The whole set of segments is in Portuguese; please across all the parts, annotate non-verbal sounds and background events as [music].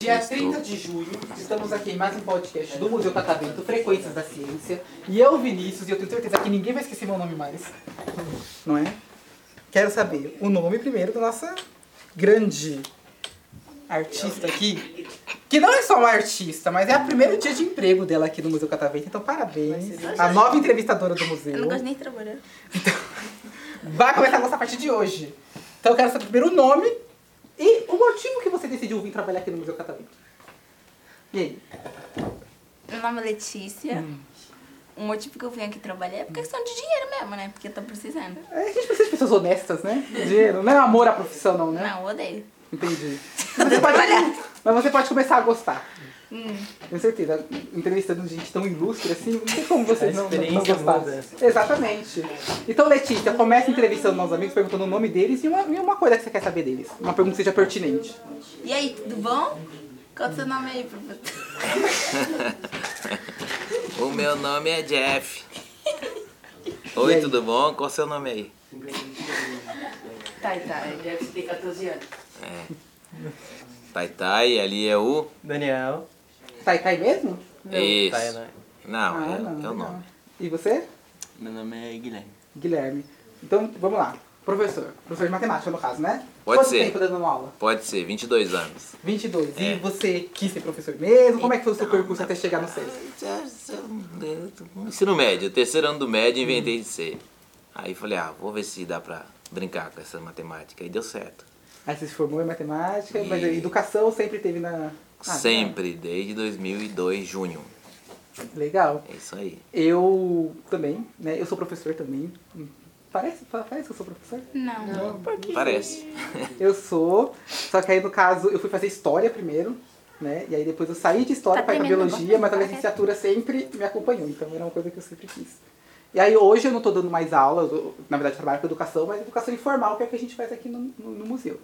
Dia 30 de julho, estamos aqui em mais um podcast do Museu Catavento, Frequências da Ciência. E eu, Vinícius, e eu tenho certeza que ninguém vai esquecer meu nome mais. Não é? Quero saber o nome primeiro da nossa grande artista aqui. Que não é só uma artista, mas é o primeiro dia de emprego dela aqui no Museu Catavento. Então, parabéns. A nova entrevistadora do museu. Eu não gosto nem de trabalhar. Vai começar a nossa parte de hoje. Então eu quero saber primeiro o nome e o motivo que você decidiu vir trabalhar aqui no Museu Catavento. E aí? Meu nome é Letícia. O motivo que eu vim aqui trabalhar é por questão de dinheiro mesmo, né? Porque eu tô precisando. É, A gente precisa de pessoas honestas, né? Dinheiro. Não é amor à profissão, não, né? Não, eu odeio. Entendi. Mas você pode, mas você pode começar a gostar. Hum. Tenho certeza. Entrevistando gente tão ilustre assim, não tem como vocês A não, não, não experiência gostarem. muda. Exatamente. Então, Letícia, começa entrevistando nossos amigos, perguntando o nome deles e uma, e uma coisa que você quer saber deles. Uma pergunta que seja pertinente. E aí, tudo bom? Qual é o seu nome aí, professor? O meu nome é Jeff. E aí? Oi, tudo bom? Qual o seu nome aí? Tá, tá. Deve ter 14 anos. É. Taitai, ali é o. Daniel. tá né? Sai, cai tá mesmo? [laughs] Isso. Tainá. Ah, Não, é, é legal. o nome. E você? Meu nome é Guilherme. Guilherme. Então, vamos lá. Professor. Professor de matemática, no caso, né? Pode Quanto ser. tempo dando aula? Pode ser, 22 anos. 22. E É. Então, você quis ser professor mesmo? Como é que foi o seu percurso até chegar no sexto? Ensino médio, terceiro ano do médio, inventei de ser. Aí falei, ah, vou ver se dá pra brincar com essa matemática. E deu certo. Aí você se formou em matemática, mas E- a educação sempre teve na... Ah, Sempre, desde 2002, junho. tá. Legal. É isso aí. Eu também, né? Eu sou professor também. Hum, Parece, pa- parece que eu sou professor? Não. Parece. Eu sou. Só que aí, no caso, eu fui fazer história primeiro, né? E aí depois eu saí de história Tá para ir pra tremendo, biologia, bota mas a na licenciatura sempre me acompanhou. Então era uma coisa que eu sempre quis. E aí hoje eu não tô dando mais aula, eu dou- na verdade eu trabalho com educação, mas educação informal, que é o que a gente faz aqui no, no- no museu.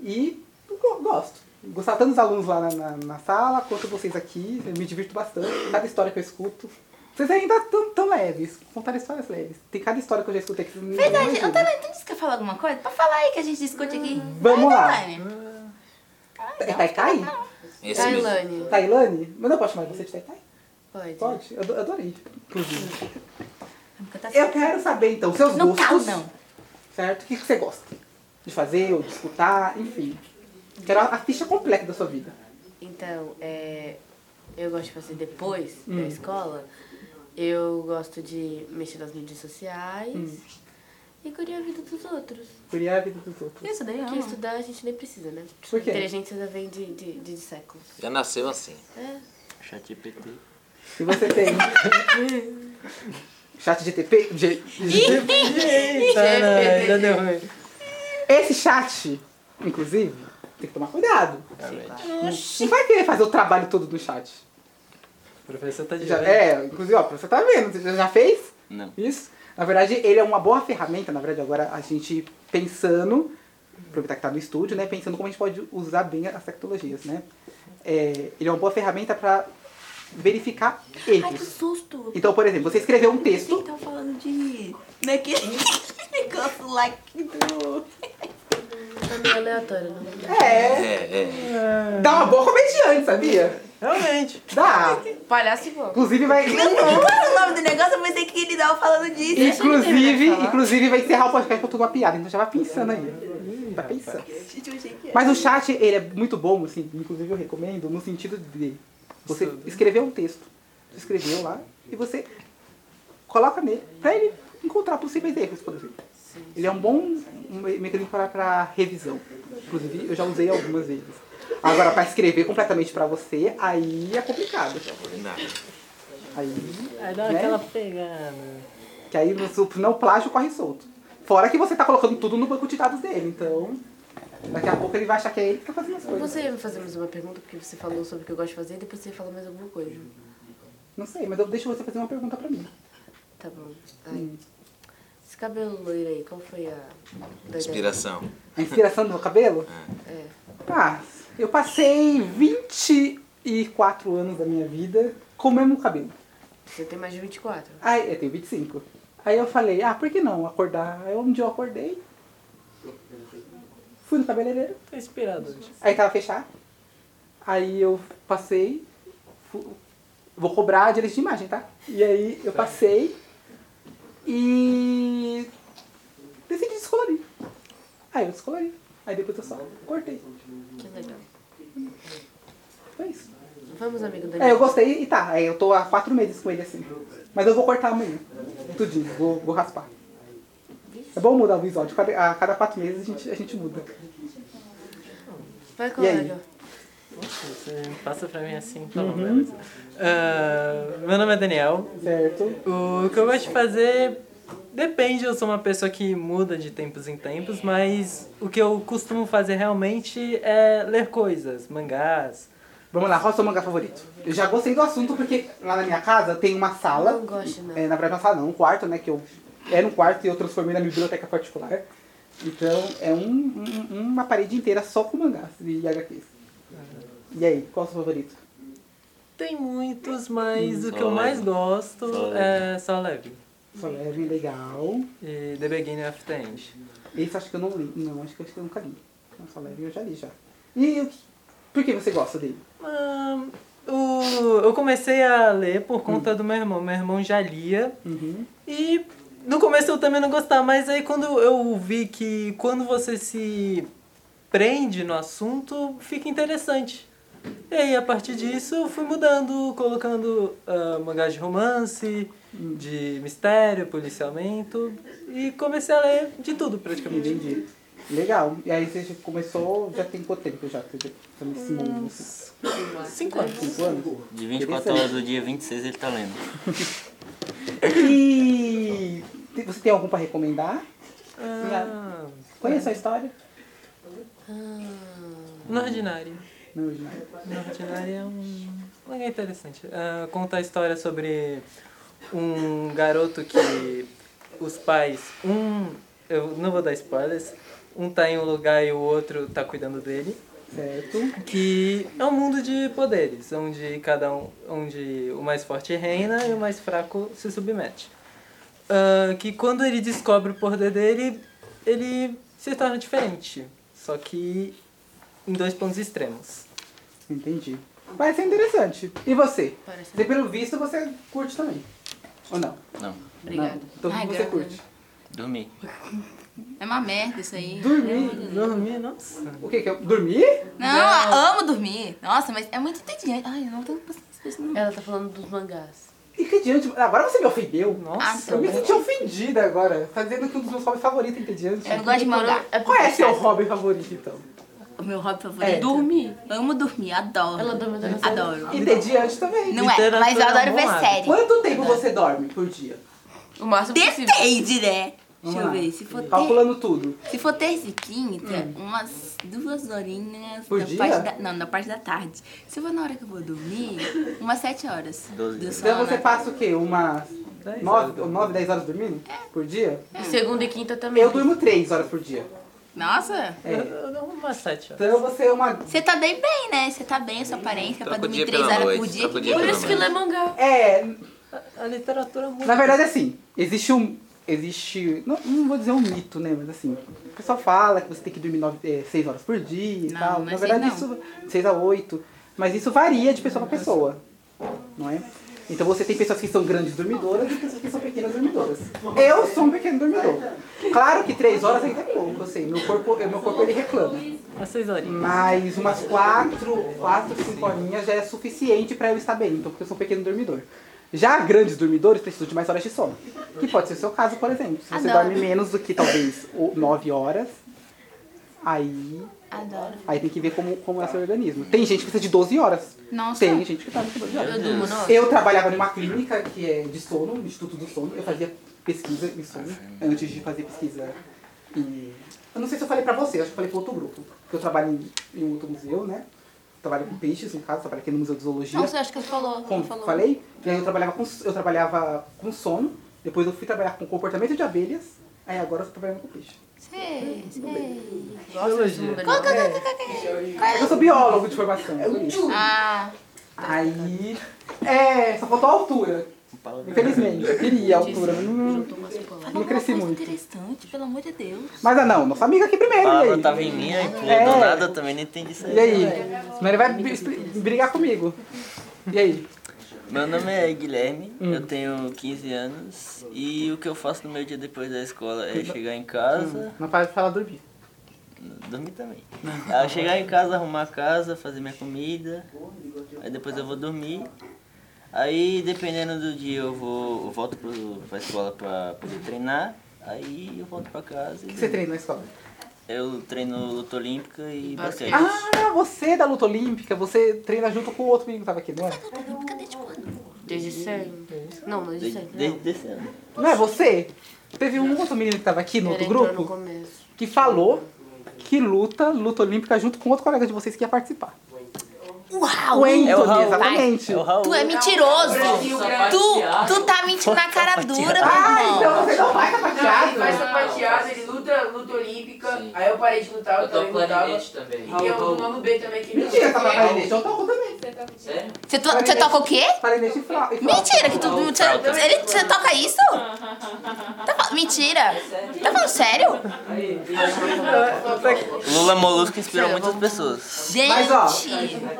E eu go- gosto. Gostava tanto dos alunos lá na, na- na sala, quanto vocês aqui, eu me divirto bastante. Cada história que eu escuto. Vocês ainda estão tão leves, contaram histórias leves. Tem cada história que eu já escutei que vocês não Verdade, imaginam. ô Dani, tu disse que ia falar alguma coisa? Pra falar aí que a gente discute aqui. Vamos lá. Vai, Dani. É Taikai? Esse mesmo. Tailândia. Tailane? Mas eu posso chamar você de Taitai? Pode. Pode? Eu ado- adorei, inclusive. Porque tá- Eu quero saber, então, seus Não gostos. falo, não. Certo? O que que você gosta? De fazer ou de escutar, enfim. Quero a a ficha completa da sua vida. Então, é, eu gosto de fazer depois Hum. da escola. Eu gosto de mexer nas mídias sociais Hum. e curar a vida dos outros. Curiar a vida dos outros. Isso daí, Porque não. estudar a gente nem precisa, né? Por quê? Inteligência já vem de, de, de séculos. Já nasceu assim. É. Chat GPT. Se você tem. Chat GTP. G- GTP. [laughs] Eita, ainda deu ruim. Esse chat, inclusive, tem que tomar cuidado. Não vai querer fazer o trabalho todo do chat. O professor tá de Já, olho. é, inclusive, ó, você tá vendo, você já- já fez? Não. Isso. Na verdade, ele é uma boa ferramenta, na verdade, agora a gente pensando, aproveitar que tá no estúdio, né, pensando como a gente pode usar bem as tecnologias, né? É, ele é uma boa ferramenta para verificar Ai, que erros. susto. Então, por exemplo, você escreveu um Sim, texto, tava falando de... [laughs] Daquele negócio [laughs] lá que do... Tá meio aleatório, não é, É, é. dá uma boa comediante, sabia? Realmente. Dá. Palhaço igual. Inclusive vai Qual era o nome do negócio? Eu pensei que ele tava falando disso. Inclusive, inclusive vai encerrar o podcast com tudo uma piada, então já vai pensando aí. Tá pensando. Gente, eu achei que era. Mas o chat, ele é muito bom, assim, inclusive eu recomendo, no sentido de você escrever um texto. Você escreveu lá e você coloca nele pra ele encontrar possíveis erros, por exemplo. Ele é um bom me- mecanismo para, para revisão. Inclusive, eu já usei algumas vezes. Agora, para escrever completamente pra você, aí é complicado. Não. Aí, Aí dá né? aquela pegada. Que aí, se não plágio, corre solto. Fora que você tá colocando tudo no banco de dados dele, então... Daqui a pouco ele vai achar que é ele que tá fazendo as coisas. Você ia me fazer mais uma pergunta, porque você falou sobre o que eu gosto de fazer e depois você falou mais alguma coisa. Não sei, mas eu deixo você fazer uma pergunta pra mim. Tá bom. Hum. Ai. Esse cabelo loiro aí, qual foi a... doideira? Inspiração. A inspiração do meu cabelo? É. Ah, eu passei 24 anos da minha vida com o mesmo cabelo. Você tem mais de 24. Aí, eu tenho 25. Aí eu falei, ah, por que não acordar? Aí um dia eu acordei, fui no cabeleireiro, Tô inspirado hoje. Aí tava fechado. Aí eu passei. fu- Vou cobrar direito de imagem, tá? E aí eu passei e decidi descolorir. Aí eu descolori. Aí depois eu só cortei. Que legal. Foi isso. Vamos, amigo Daniel. É, eu gostei e tá. Aí eu tô há quatro meses com ele assim. Mas eu vou cortar amanhã. Tudinho, vou, vou raspar. É bom mudar o visual. De cada- a cada quatro meses a gente, a gente muda. Vai, E aí? colega. Você passa pra mim assim, pelo Uhum. menos. Ah, meu nome é Daniel. Certo? O que eu gosto de fazer depende, eu sou uma pessoa que muda de tempos em tempos, mas o que eu costumo fazer realmente é ler coisas, mangás. Vamos lá, qual é o seu mangá favorito? Eu já gostei do assunto porque lá na minha casa tem uma sala. Não gosto, não. É, na verdade, uma sala não, um quarto, né? Que eu era um quarto e eu transformei na biblioteca particular. Então é um- um- uma parede inteira só com mangás e HQs. E aí, qual é o seu favorito? Tem muitos, mas o que eu Só mais leve. gosto Só leve. é só leve. Só leve, legal. E The Beginning of the End. Esse acho que eu não li. Não, acho que eu acho que eu nunca li. Não, só leve eu já li já. E o que- por que você gosta dele? Ahn, Ah, o- eu comecei a ler por conta do meu irmão. Meu irmão já lia. Uhum. E no começo eu também não gostava, mas aí quando eu vi que quando você se prende no assunto, fica interessante. E aí a partir disso eu fui mudando, colocando ah, mangás de romance, Hum. de mistério, policiamento. E comecei a ler de tudo praticamente. Entendi. Legal. E aí você já começou, já tem quanto tempo já? Você já tá nesse mundo? Cinco anos. Cinco anos? De 24 horas do dia, 26 ele tá lendo. E te- você tem algum pra recomendar? Ah, Conhece a história? no ordinário. Não, não. Nordinária é um mangá interessante. Ah, conta a história sobre um garoto que os pais, um, eu não vou dar spoilers, um tá em um lugar e o outro tá cuidando dele, Certo. que é um mundo de poderes, onde cada um, onde o mais forte reina e o mais fraco se submete. Ah, que quando ele descobre o poder dele, ele se torna diferente, só que em dois pontos extremos. Entendi. Vai ser interessante. E você? Parece. Você, pelo visto, você curte também. Ou não? Não, Obrigada. Não. Então, o Ai, que você graças curte? dormi. É uma merda isso aí. Dormir. Dormir, nossa. O que que eu... Dormir? Não, eu amo dormir. Nossa, mas é muito entediante. Ai, eu não tenho paciência pra isso não. Ela tá falando dos mangás. E que diante... Agora você me ofendeu. Nossa. Eu me senti ofendida agora. Tá dizendo que um dos meus hobbies favoritos é entediante. Eu não gosto de mangá. É Qual é porque- seu hobby favorito, então? O meu hobby favorito. É. Dormir. Amo dormir, adoro. Ela dorme até você. Adoro. Entediante também. Não é, mas eu Literatura é adoro um ver bom série. Quanto tempo você dorme por dia? O máximo possível. Depende, né? Vamos Deixa eu lá. ver, se for, ter, Ah, Calculando tudo. se for terça e quinta, umas duas horinhas Por na dia? parte da. Não, na parte da tarde. Se for na hora que eu vou dormir, umas sete horas. Doze do horas. sono. Então você passa o quê? Umas Dez 9, horas. 9 10 horas dormindo É. por dia? E segunda e quinta também. Eu durmo 3 horas por dia. Nossa! É. Eu, eu dou umas sete horas. Então você é uma. Você tá bem bem, né? Você tá bem, a sua aparência, pra Troca o dormir dia três pela horas por noite, dia. troca o dia Por pela isso que lê mangá. É. A, a literatura é muito. Na verdade, assim, existe um. Existe. Não, não vou dizer um mito, né? Mas assim, o pessoal fala que você tem que dormir 6 horas por dia e Não, tal. não é Na verdade, assim, isso. 6 a 8. Mas isso varia de pessoa pra pessoa. Não é? Então você tem pessoas que são grandes dormidoras e pessoas que são pequenas dormidoras. Eu sou um pequeno dormidor. Claro que 3 horas ainda é pouco, eu sei. Meu corpo, meu corpo ele reclama. Umas seis horinhas. Mas umas quatro, quatro, cinco horinhas já é suficiente pra eu estar bem, então, porque eu sou um pequeno dormidor. Já grandes dormidores precisam de mais horas de sono. Que pode ser o seu caso, por exemplo. Se você Adoro. dorme menos do que talvez o- nove horas, aí, Adoro. aí tem que ver como, como é o seu organismo. Tem gente que precisa de 12 horas. Nossa. Tem gente que dorme de 12 horas. Eu durmo, nossa. Eu trabalhava numa clínica que é de sono, no Instituto do Sono. Eu fazia pesquisa em sono, antes de fazer pesquisa em... Eu não sei se eu falei pra você, eu acho que eu falei pra outro grupo. Porque eu trabalho em, em outro museu, né? Trabalho com peixes, no caso, trabalho aqui no Museu de Zoologia. Nossa, eu acho que você falou. Com- falou. falei? E aí eu trabalhava, com, eu trabalhava com sono, depois eu fui trabalhar com comportamento de abelhas, aí agora eu estou trabalhando com peixe. Sei, sei. Gosto desse mundo Elogio. animal. É que eu sou biólogo de formação. por é isso. Ah, Aí. É, só faltou a altura. né? Infelizmente, eu queria a altura. mas Não, Juntou umas polares. Fala alguma cresci coisa muito. interessante, pelo amor de Deus. mas ah, não, nossa amiga aqui primeiro. Fala, e aí? tava em mim aí, pô, É. do nada né? eu também não entendi isso aí. E aí? Senão ele vai br- expli- brigar comigo. E aí? Meu nome é Guilherme, Hum. eu tenho 15 anos e o que eu faço no meu dia depois da escola é chegar em casa, Não faz falar dormir. Hum. dormir também. Ah, chegar em casa, arrumar a casa, fazer minha comida, aí depois eu vou dormir. Aí dependendo do dia eu vou eu volto pro, pra escola pra poder treinar, aí eu volto pra casa O que e você treina na escola? eu treino luta olímpica e basquete. Ah, você é da luta olímpica, você treina junto com o outro menino que tava aqui, não é? Desde sempre. Não, desde Desde, sempre. desde não. desse ano. Não é você? Teve um outro menino que tava aqui no Ele outro entrou no grupo começo. que falou que luta, luta olímpica junto com outro colega de vocês que ia participar. Uau! O Anthony, É o Raul. exatamente. É o Raul. Tu é mentiroso! Tu, tu tá mentindo na cara dura, Ah, meu irmão. então você não vai Não, ele sapateado? faz sapateado, ele luta, luta olímpica, Sim. aí eu parei de lutar, eu, Eu tô também lutava. clarinete também. E tem o nome B também que Mentira, tá luta. papai Eu toco também. Sério? Você to- você toca o quê? Falei nesse frau. Mentira, que tu. Você, ele, você toca isso? Tá fal- mentira! Tá falando sério? Lula é Molusco inspirou muitas pessoas. Gente! Mas, ó,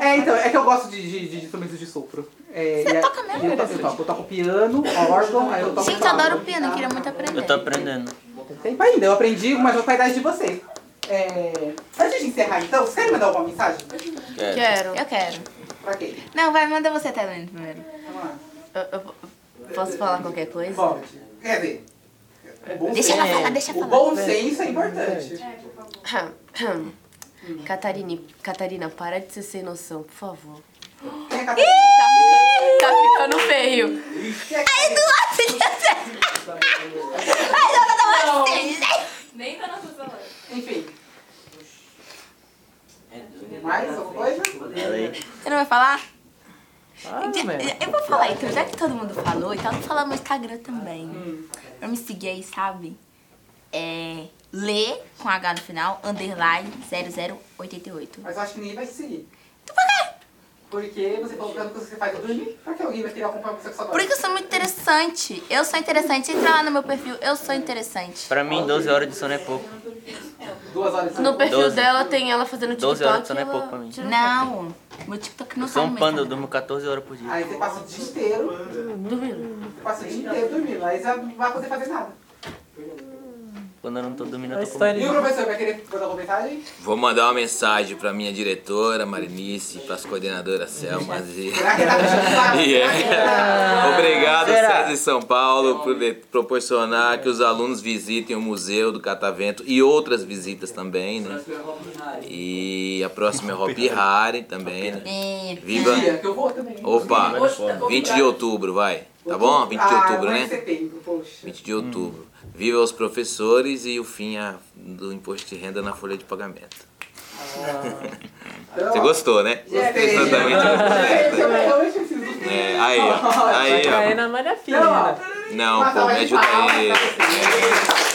É, então, é que eu gosto de, de, de instrumentos de sopro. É, Você e a- toca mesmo, Eu toco, eu toco, eu toco piano, órgão, aí eu toco Gente, eu flauta. adoro piano, eu queria muito aprender. Eu tô aprendendo. Tem tempo ainda, eu aprendi mas já com a idade de vocês. É... Antes de encerrar, então, vocês querem mandar alguma mensagem? É, Quero. Eu quero. Pra quem? Não, vai, manda você, Tailândia, primeiro. Vamos lá. Eu, eu- posso falar qualquer coisa? Pode. Quer dizer, o bom Deixa senso, ela falar, deixa eu o falar. bom senso é importante. Catarine, Catarina, para de ser sem noção, por favor. Quer Catarina? Tá ficando feio. Quer Ai, Catarina? Eduardo! Ai, não, não, não, não. Nem tá na sua sala. Enfim. Mais alguma coisa? Você não vai falar? Ah, De- velho. Eu vou falar então, já que todo mundo falou, então eu vou falar no Instagram também. Pra me seguir aí, sabe? É. Lê com H no final, underline 0088. Mas eu acho que ninguém vai te seguir. Porque você falou que as coisas que você faz é dormir, pra que alguém vai querer acompanhar você com sua Por que eu sou muito interessante? Eu sou interessante. Entra lá no meu perfil, eu sou interessante. Pra mim, 12 horas de sono é pouco. Duas horas de No perfil Doze. dela tem ela fazendo TikTok. 12 horas de sono é ela pouco pra mim. tira- Não, meu TikTok não Eu sou tá no um meu panda, eu Instagram. durmo 14 horas por dia. Aí você passa o dia inteiro, Dormindo. passa o dia inteiro dormindo, aí você não vai poder fazer nada. Quando eu não tô dormindo, A eu tô comendo. história E o professor vai querer botar alguma mensagem? Vou mandar uma mensagem pra minha diretora, Marinice, pras coordenadoras Selma e. [laughs] Será que ele tá deixando claro? E é. Obrigado, Será? César e São Paulo, por de- proporcionar que os alunos visitem o Museu do Catavento e outras visitas também, né? E a próxima é Hopi Hari também, né? É, Viva! Dia, que eu vou também. Opa! Hoje tá convidado. 20 de outubro, vai. Tá bom? 20 de Ah, outubro, agora em né? setembro, poxa. 20 de outubro. Viva os professores e o fim a- do imposto de renda na folha de pagamento. Então, Você gostou, né? Gostei. Eu também gostei. Eu realmente preciso do fim. né? É, aí, ó. vai Aí, cair ó. é na malha né? Então, fina. ó, tá Não, pô, me ajuda aí. então, palmas pra vocês.